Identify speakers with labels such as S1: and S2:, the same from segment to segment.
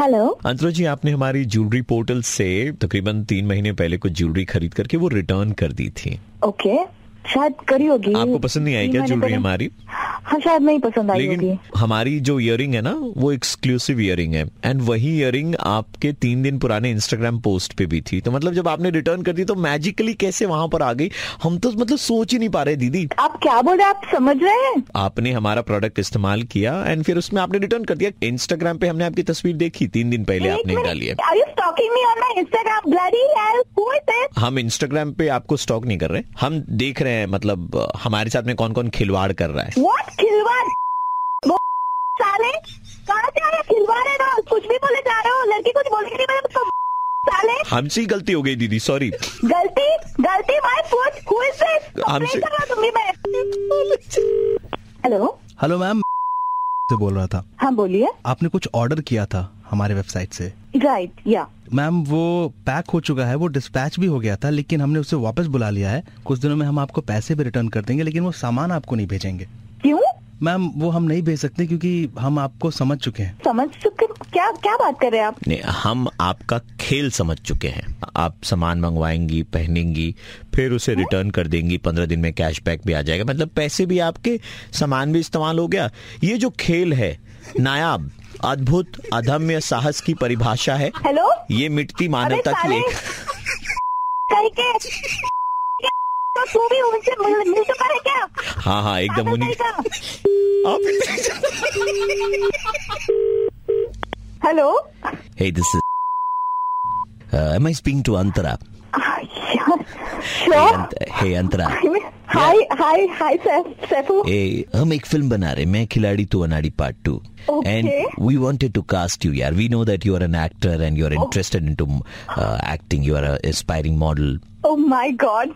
S1: Hello
S2: Antara ji आपने हमारी jewellery portal से तकरीबन तीन महीने पहले कुछ ज्वेलरी खरीद करके वो रिटर्न कर दी थी
S1: ओके शायद करी होगी
S2: आपको पसंद नहीं आई क्या
S1: मैंने
S2: ज्वेलरी
S1: करी-
S2: हमारी
S1: हाँ शायद नहीं पसंद आई होगी
S2: लेकिन हमारी जो इयरिंग है ना वो एक्सक्लूसिव इयरिंग है एंड वही इयरिंग आपके तीन दिन पुराने इंस्टाग्राम पोस्ट पे भी थी तो मतलब जब आपने रिटर्न कर दी तो मैजिकली कैसे वहां पर आ गई हम तो मतलब सोच ही नहीं पा रहे दीदी
S1: आप क्या बोल रहे हैं? आप समझ रहे हैं
S2: आपने हमारा प्रोडक्ट इस्तेमाल किया एंड फिर उसमें आपने रिटर्न कर दिया इंस्टाग्राम पे हमने आपकी तस्वीर देखी तीन दिन पहले आपने डाली है
S1: are you stalking me on my Instagram bloody hell who is this
S2: हम इंस्टाग्राम पे आपको स्टॉक नहीं कर रहे हम देख रहे हैं मतलब अ, हमारे साथ में कौन कौन खिलवाड़ कर रहा है
S1: व्हाट खिलवाड़ वो साले कहाँ से आया खिलवाड़ है रोज कुछ भी बोले जा रहे हो लड़की कुछ बोलेगी नहीं मतलब तुम साले
S2: हमसे ही गलती हो गई दीदी सॉरी
S1: गलती गलती my foot who is this complain
S2: हमसे-
S1: कर रहा हूँ तुम्हें मैं हेलो
S3: हेलो मैम से बोल रहा था
S1: हाँ बोलिए
S3: आपने कुछ ऑर्डर किया था हमारे वेबसाइट से
S1: राइट या
S3: मैम वो पैक हो चुका है वो डिस्पैच भी हो गया था लेकिन हमने उसे वापस बुला लिया है कुछ दिनों में हम आपको पैसे भी रिटर्न कर देंगे लेकिन वो सामान आपको नहीं भेजेंगे
S1: क्यों
S3: मैम वो हम नहीं भेज सकते क्योंकि हम आपको समझ चुके हैं
S1: समझ चुके क्या क्या बात कर रहे हैं आप
S2: नहीं, हम आपका खेल समझ चुके हैं आप सामान मंगवाएंगी पहनेंगी फिर उसे रिटर्न कर देंगी पंद्रह दिन में कैशबैक भी आ जाएगा मतलब पैसे भी आपके सामान भी इस्तेमाल हो गया ये जो खेल है नायाब अद्भुत अधम्य साहस की परिभाषा है
S1: हेलो
S2: ये मिटती
S1: अरे
S2: मानवता की
S1: साले
S2: एक
S1: करके तो तू भी उनसे मिल मिल चुका है क्या
S2: हाँ हाँ एकदम उन्हीं
S1: hello
S2: Hey, this is. Uh, am I speaking to Antara? Hey,
S1: sure
S2: Ant- hey Antara.
S1: Hi hi hi Saifu
S2: Hey, हम एक फिल्म बना रहे हैं, मैं Khiladi Tu Anari part two
S1: Okay.
S2: And we wanted to cast you यार we know that you are an actor and you are interested in to acting you are aspiring model
S1: oh my god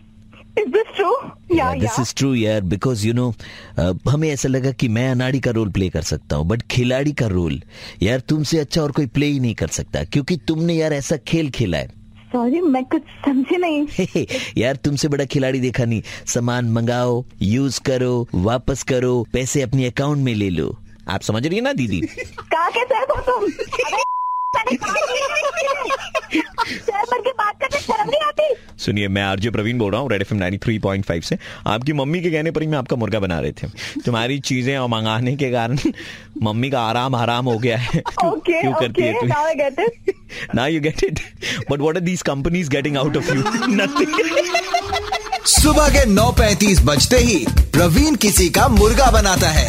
S1: is this true या
S2: this is true यार because you know uh, हमें ऐसा लगा कि मैं अनाड़ी का role play कर सकता हूँ बट खिलाड़ी का रोल यार तुमसे अच्छा और कोई प्ले ही नहीं कर सकता क्योंकि तुमने यार ऐसा खेल खेला है
S1: सॉरी मैं कुछ समझी नहीं
S2: यार तुमसे बड़ा खिलाड़ी देखा नहीं सामान मंगाओ यूज करो वापस करो पैसे अपने अकाउंट में ले लो आप समझ रही है ना दीदी
S1: कहा के सैफ हो तुम अरे, साले कहाँ के हो? सैफ बन के बात करने शर्म नहीं आती
S2: सुनिए मैं आरजे प्रवीण बोल रहा हूँ रेड एफ 93.5 से आपकी मम्मी के कहने पर ही मैं आपका मुर्गा बना रहे थे तुम्हारी चीजें और मंगाने के कारण मम्मी का आराम हराम हो गया है
S1: ओके
S2: क्यों
S1: ओके
S2: करती है तू
S1: now I get it
S2: now you get it but what are these companies getting out of you nothing
S4: सुबह के 9:35 बजते ही प्रवीण किसी का मुर्गा बनाता है